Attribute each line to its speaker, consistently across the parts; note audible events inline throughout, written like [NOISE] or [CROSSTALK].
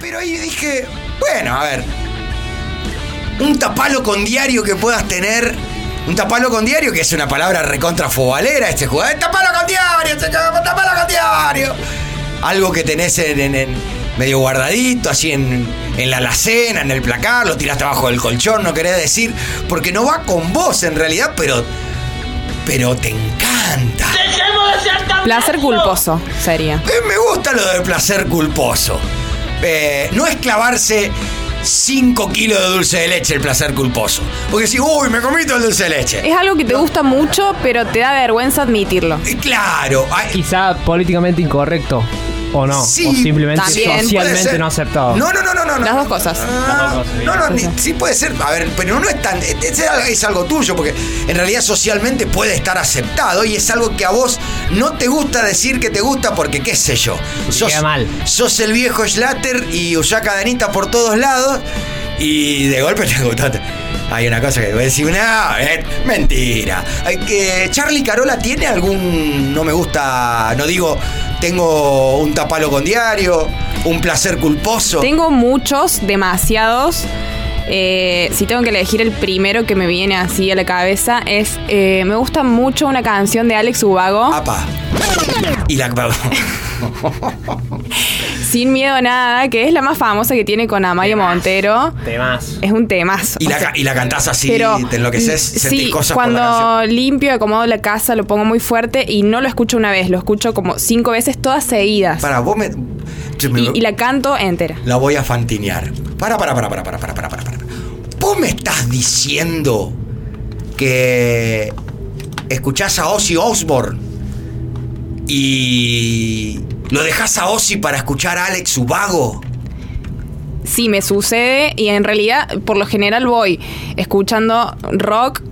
Speaker 1: Pero ahí dije, bueno, a ver. Un tapalo con diario que puedas tener. Un tapalo con diario, que es una palabra recontra fobalera este jugador. ¡Eh, ¡Tapalo con diario! che, ¡Tapalo con diario! Algo que tenés en, en- en- medio guardadito, así en, en la alacena, en el placar, lo tiraste abajo del colchón, no querés decir, porque no va con vos en realidad, pero. Pero te encanta.
Speaker 2: Placer culposo sería.
Speaker 1: Eh, Me gusta lo del placer culposo. Eh, no es clavarse 5 kilos de dulce de leche el placer culposo. Porque si, uy, me comí todo el dulce de leche.
Speaker 2: Es algo que te gusta mucho, pero te da vergüenza admitirlo.
Speaker 1: Eh, Claro, ay,
Speaker 3: Quizá políticamente incorrecto o no.
Speaker 1: Sí,
Speaker 3: o simplemente
Speaker 2: también puede
Speaker 1: puede
Speaker 3: socialmente
Speaker 1: ser.
Speaker 3: no aceptado.
Speaker 1: No, no, no, no, no.
Speaker 2: Las
Speaker 1: no.
Speaker 2: dos cosas.
Speaker 1: Ah,
Speaker 3: Las dos cosas, sí.
Speaker 1: no, no, ni-
Speaker 2: Sí,
Speaker 1: sí puede ser. A ver, pero no es tan. Es, es algo- es algo tuyo, porque en realidad socialmente puede estar aceptado y es algo que a vos no te gusta decir que te gusta porque, qué sé yo. Sos,
Speaker 3: queda mal.
Speaker 1: sos el viejo Schlatter y usás cadenitas por todos lados y de golpe te gustaste. Hay una cosa que voy a decir una eh, mentira. Ay, que Charlie Carola tiene algún no me gusta, no digo tengo un tapalo con diario, un placer culposo.
Speaker 2: Tengo muchos, demasiados. Eh, si tengo que elegir el primero que me viene así a la cabeza es eh, me gusta mucho una canción de Alex Ubago
Speaker 1: Apa. Y la
Speaker 2: sin miedo a nada que es la más famosa que tiene con Amaya Montero
Speaker 3: Temas.
Speaker 2: es un temazo
Speaker 1: y
Speaker 2: o
Speaker 1: la,
Speaker 2: sea,
Speaker 1: ca- y la cantás así,
Speaker 2: pero
Speaker 1: te enloqueces,
Speaker 2: mm,
Speaker 1: sentís
Speaker 2: sí,
Speaker 1: cosas por la
Speaker 2: cuando
Speaker 1: canción.
Speaker 2: limpio acomodo la casa lo pongo muy fuerte y no lo escucho una vez lo escucho como cinco veces todas seguidas
Speaker 1: Para, vos me. yo me-
Speaker 2: y, y la canto entera
Speaker 1: la voy a fantinear. Para, para, para, para, para, para, para, para. para. ¿Vos me estás diciendo que escuchás a Ozzy Osbourne y lo dejás a Ozzy para escuchar a Alex Ubago?
Speaker 2: Sí, me sucede y en realidad por lo general voy escuchando rock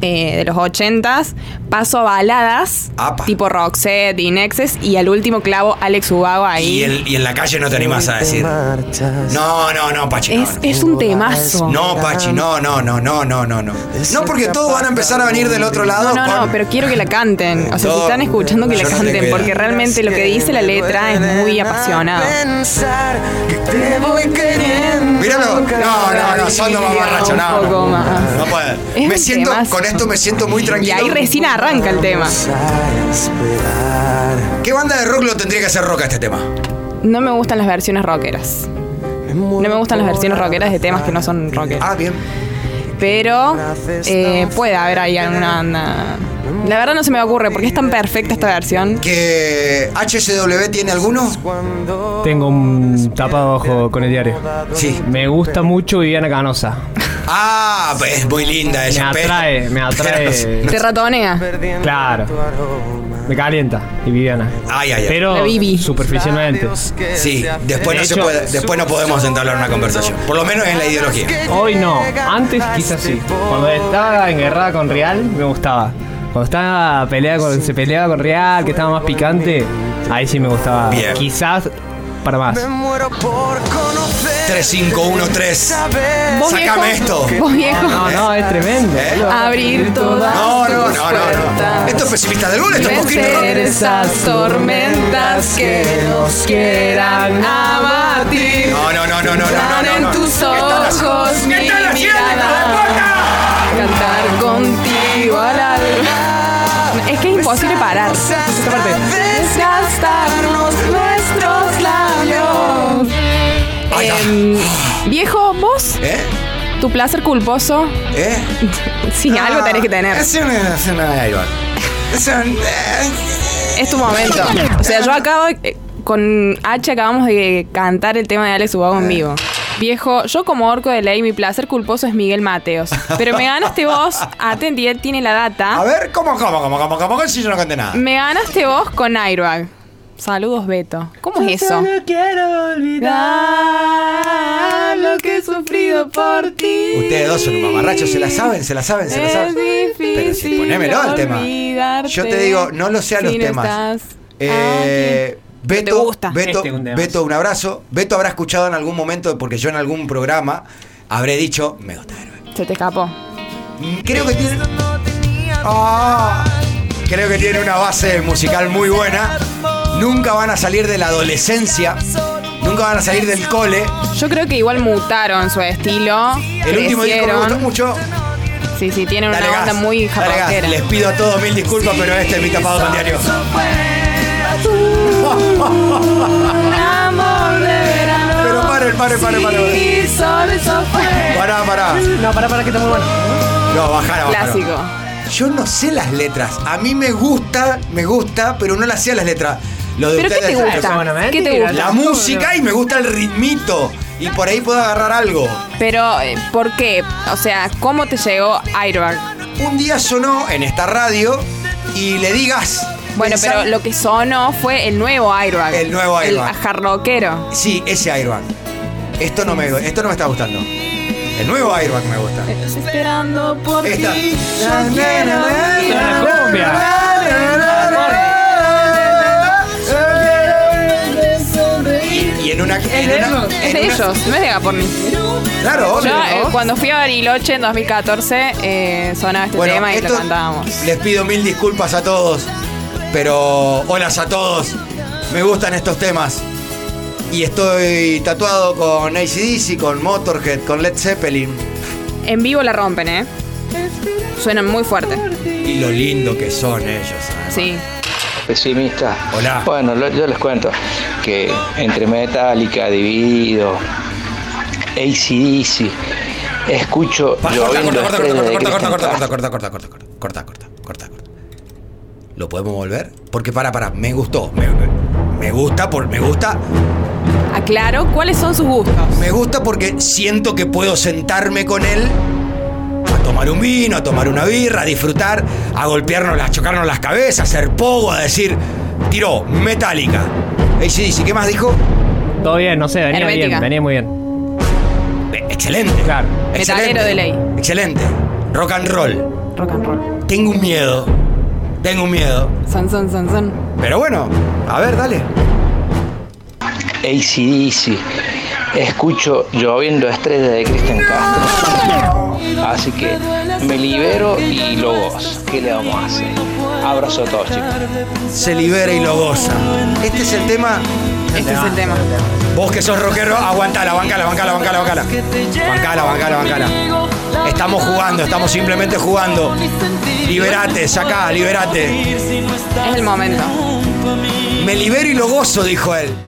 Speaker 2: eh, de los ochentas, paso a baladas
Speaker 1: Apa.
Speaker 2: tipo Roxette y Nexus y al último clavo Alex Ubago ahí.
Speaker 1: Y, el- y en la calle no te animás a decir. No, no, no, Pachi. no,
Speaker 2: es,
Speaker 1: no.
Speaker 2: es un temazo.
Speaker 1: No, Pachi, no, no, no, no, no, no, no. No, porque todos van a empezar a venir del otro lado.
Speaker 2: No, no,
Speaker 1: con-
Speaker 2: no, pero quiero que la canten. O sea, si
Speaker 1: No,
Speaker 2: están escuchando que
Speaker 1: yo
Speaker 2: la
Speaker 1: no te
Speaker 2: canten,
Speaker 1: creo.
Speaker 2: porque realmente lo que dice la letra es muy apasionado.
Speaker 1: Míralo. No, no, no, son dos mamarrachos, no.
Speaker 2: Un poco más.
Speaker 1: No puede.
Speaker 2: Es
Speaker 1: Me
Speaker 2: un
Speaker 1: siento,
Speaker 2: temazo.
Speaker 1: con esto me siento muy
Speaker 2: Y
Speaker 1: tranquilo.
Speaker 2: ahí recién arranca el tema.
Speaker 1: ¿Qué banda de rock lo tendría que hacer rock a este tema?
Speaker 2: No me gustan las versiones rockeras. No me gustan las versiones rockeras de temas que no son rockeros.
Speaker 1: Ah, bien.
Speaker 2: Pero eh, puede haber ahí alguna banda. La verdad no se me ocurre porque es tan perfecta esta versión.
Speaker 1: ¿Que HSW tiene alguno?
Speaker 3: Tengo un tapado ojo con el diario.
Speaker 1: Sí.
Speaker 3: Me gusta mucho Viviana Canosa.
Speaker 1: Ah,
Speaker 2: pues,
Speaker 1: es muy linda
Speaker 3: Me
Speaker 1: ella. pero-
Speaker 3: atrae, me
Speaker 1: pero-
Speaker 3: atrae.
Speaker 2: [LAUGHS] Te ratonea.
Speaker 3: Claro. Me calienta, y Viviana.
Speaker 1: Ay, ay, ay.
Speaker 2: La
Speaker 3: Pero
Speaker 2: Vivi.
Speaker 3: superficialmente.
Speaker 1: Sí, después no,
Speaker 3: De
Speaker 1: se
Speaker 3: hecho-
Speaker 1: puede, después no podemos entablar una conversación. Por lo menos en la ideología.
Speaker 3: Hoy no, antes quizás sí. Cuando estaba enguerrada con Real, me gustaba. Cuando estaba peleada con, se peleaba con Real, que estaba más picante, ahí sí me gustaba.
Speaker 1: Bien.
Speaker 3: Quizás para más.
Speaker 1: 3513.
Speaker 2: Vos
Speaker 1: Sácame
Speaker 2: viejo.
Speaker 1: esto.
Speaker 2: Vos viejo.
Speaker 3: No, no, es tremendo.
Speaker 1: ¿Eh?
Speaker 3: boludo.
Speaker 2: Abrir todas
Speaker 1: No, no,
Speaker 2: tus
Speaker 1: no, no, no.
Speaker 2: puertas.
Speaker 1: Esto es pesimista del gol, esto es poquito rock.
Speaker 2: Vencer esas tormentas que nos quieran abatir.
Speaker 1: No, no, no, no, no, no, no,
Speaker 2: Tan
Speaker 1: no,
Speaker 2: en
Speaker 1: no.
Speaker 2: tus
Speaker 1: ¿Qué están haciendo?
Speaker 2: ojos mi
Speaker 1: ¿Qué están haciendo, hijo de
Speaker 2: mirada.
Speaker 1: puta?
Speaker 2: Cantar contigo al alma. Es que es imposible parar. Esta parte. Desgastarnos nuestros labios.
Speaker 1: Ay,
Speaker 2: Em, viejo, vos,
Speaker 1: ¿Eh?
Speaker 2: tu placer culposo,
Speaker 1: ¿Eh?
Speaker 2: sí, algo tenés que tener.
Speaker 1: Es una, es una Iron. Es un- eh,
Speaker 2: Es tu momento. O sea, yo acabo. eh, Con H acabamos de cantar el tema de Alex Ubago en vivo. Viejo, yo como orco de ley, mi placer culposo es Miguel Mateos. Pero me ganaste vos, atendí, él tiene la
Speaker 1: A
Speaker 2: data.
Speaker 1: ver, ¿cómo, cómo, cómo, cómo, cómo, cómo, si yo no conté nada?
Speaker 2: Me ganaste vos con Airbag. Saludos, Beto. ¿Cómo es eso? lo que he sufrido por ti.
Speaker 1: Ustedes dos son un mamarracho, se la saben, se la saben, se la
Speaker 2: Es
Speaker 1: saben. Pero si
Speaker 2: difícil
Speaker 1: ponémelo al tema.
Speaker 2: olvidarte
Speaker 1: Yo te digo, no lo sean
Speaker 2: si
Speaker 1: los
Speaker 2: no
Speaker 1: temas.
Speaker 2: estás
Speaker 1: Eh,
Speaker 2: ¿Qué te
Speaker 1: Beto,
Speaker 2: gusta?
Speaker 1: Beto,
Speaker 3: Este es un tema.
Speaker 1: Beto, un abrazo. Beto habrá escuchado en algún momento, porque yo en algún programa habré dicho, me gusta Airbag.
Speaker 2: aquí. Se te escapó.
Speaker 1: Creo que tiene. Ah, creo que tiene una base musical muy buena. Nunca van a salir de la adolescencia. Nunca nunca van a salir del cole.
Speaker 2: Yo creo que igual mutaron su estilo.
Speaker 1: El último disco me gustó
Speaker 2: crecieron.
Speaker 1: mucho.
Speaker 2: Sí, sí, tienen una
Speaker 1: Dale
Speaker 2: onda
Speaker 1: gas,
Speaker 2: muy
Speaker 1: dale gas.
Speaker 2: japonera.
Speaker 1: Les pido a todos mil disculpas, pero este es mi tapado con diario. Pero paren, paren, paren, paren. Pará, pará.
Speaker 3: No, pará, pará, que está muy bueno.
Speaker 1: No, bajara, bajara.
Speaker 2: Clásico.
Speaker 1: Yo no sé las letras. A mí me gusta, me gusta, pero no las sé las letras. Lo de
Speaker 2: ¿Pero qué
Speaker 1: ustedes
Speaker 2: te
Speaker 1: es otra
Speaker 2: gusta?
Speaker 1: cosa.
Speaker 2: ¿Qué te gusta?
Speaker 1: La música y me gusta el ritmito. Y por ahí puedo agarrar algo.
Speaker 2: Pero, eh, ¿por qué? O sea, ¿cómo te llegó Airbag?
Speaker 1: Un día sonó en esta radio y le digas.
Speaker 2: Bueno, pero lo que sonó fue el nuevo Airbag.
Speaker 1: El nuevo Airbag.
Speaker 2: El jarroquero.
Speaker 1: Sí, ese airbag. Esto no me, esto no me está gustando. El nuevo airbag me gusta.
Speaker 2: Esperando por
Speaker 1: Esta.
Speaker 3: La cumbia.
Speaker 1: Y en una. En una
Speaker 3: de ellos.
Speaker 2: Es de ellos, no es de Gaporni.
Speaker 1: claro,
Speaker 2: Yo,
Speaker 1: obvio,
Speaker 2: eh,
Speaker 1: ¿no?
Speaker 2: cuando fui a Bariloche en 2014, eh, sonaba este
Speaker 1: Bueno,
Speaker 2: tema y
Speaker 1: esto-
Speaker 2: lo cantábamos.
Speaker 1: Les pido mil disculpas a todos. Pero. Holas a todos. Me gustan estos temas. Y estoy tatuado con ACDC, con Motorhead, con Led Zeppelin.
Speaker 2: En vivo la rompen, ¿eh? Suenan muy fuerte.
Speaker 1: Y lo lindo que son ellos. ¿eh? además.
Speaker 2: Sí.
Speaker 4: pesimista.
Speaker 1: Hola.
Speaker 4: Bueno, lo- yo les cuento que entre Metallica, Dividido, ACDC, escucho
Speaker 1: Pa- Corta,
Speaker 4: lloviendo
Speaker 1: corta, corta,
Speaker 4: estrellas de
Speaker 1: corta, corta, corta,
Speaker 4: Christian
Speaker 1: corta, corta,
Speaker 4: Castro.
Speaker 1: corta, corta, corta, corta, corta, corta, corta. ¿Lo podemos volver? Porque para, para, me gustó. Me, me gusta por. Me gusta.
Speaker 2: Aclaro cuáles son sus gustos.
Speaker 1: Me gusta porque siento que puedo sentarme con él a tomar un vino, a tomar una birra, a disfrutar, a golpearnos, las- a chocarnos las cabezas, a hacer pogo, a decir, tiró, metálica. ACDC, ¿qué más dijo?
Speaker 3: Todo bien, no sé, venía
Speaker 2: Hermética.
Speaker 3: bien, venía muy bien.
Speaker 1: Eh, Excelente.
Speaker 3: Claro.
Speaker 1: Excelente.
Speaker 2: Metalero de ley.
Speaker 1: Excelente. Rock and roll.
Speaker 2: Rock and roll.
Speaker 1: Tengo un miedo. Tengo un miedo.
Speaker 2: Son, son, son, son.
Speaker 1: Pero bueno, a ver, dale.
Speaker 4: ACDC, escucho lloviendo estrellas de Cristian Castro. Así que me libero y lo gozo. ¿Qué le vamos a hacer? Abrazo a todos, chicos.
Speaker 1: Se libera y lo goza. Este es el tema.
Speaker 2: Este es el tema.
Speaker 1: Vos que sos rockero, aguantala, bancala, bancala, bancala, bancala. Bancala, bancala, bancala. Estamos jugando, estamos simplemente jugando. Liberate, sacá, liberate.
Speaker 2: Es el momento.
Speaker 1: Me libero y lo gozo, dijo él.